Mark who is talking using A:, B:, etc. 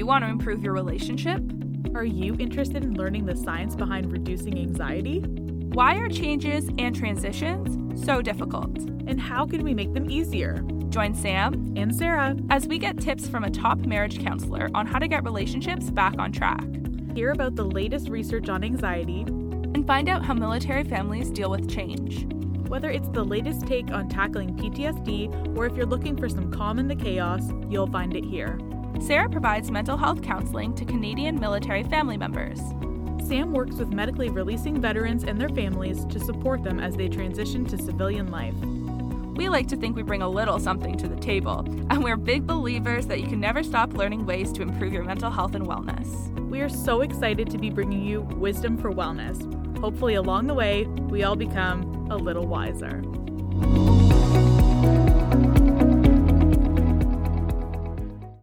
A: of your relationship?
B: Are you interested in learning the science behind reducing anxiety?
A: Why are changes and transitions so difficult?
B: And how can we make them easier?
A: Join Sam
B: and Sarah
A: as we get tips from a top marriage counselor on how to get relationships back on track,
B: hear about the latest research on anxiety,
A: and find out how military families deal with change.
B: Whether it's the latest take on tackling PTSD or if you're looking for some calm in the chaos, you'll find it here.
A: Sarah provides mental health counseling to Canadian military family members.
B: Sam works with medically releasing veterans and their families to support them as they transition to civilian life.
A: We like to think we bring a little something to the table, and we're big believers that you can never stop learning ways to improve your mental health and wellness.
B: We are so excited to be bringing you Wisdom for Wellness. Hopefully, along the way, we all become a little wiser.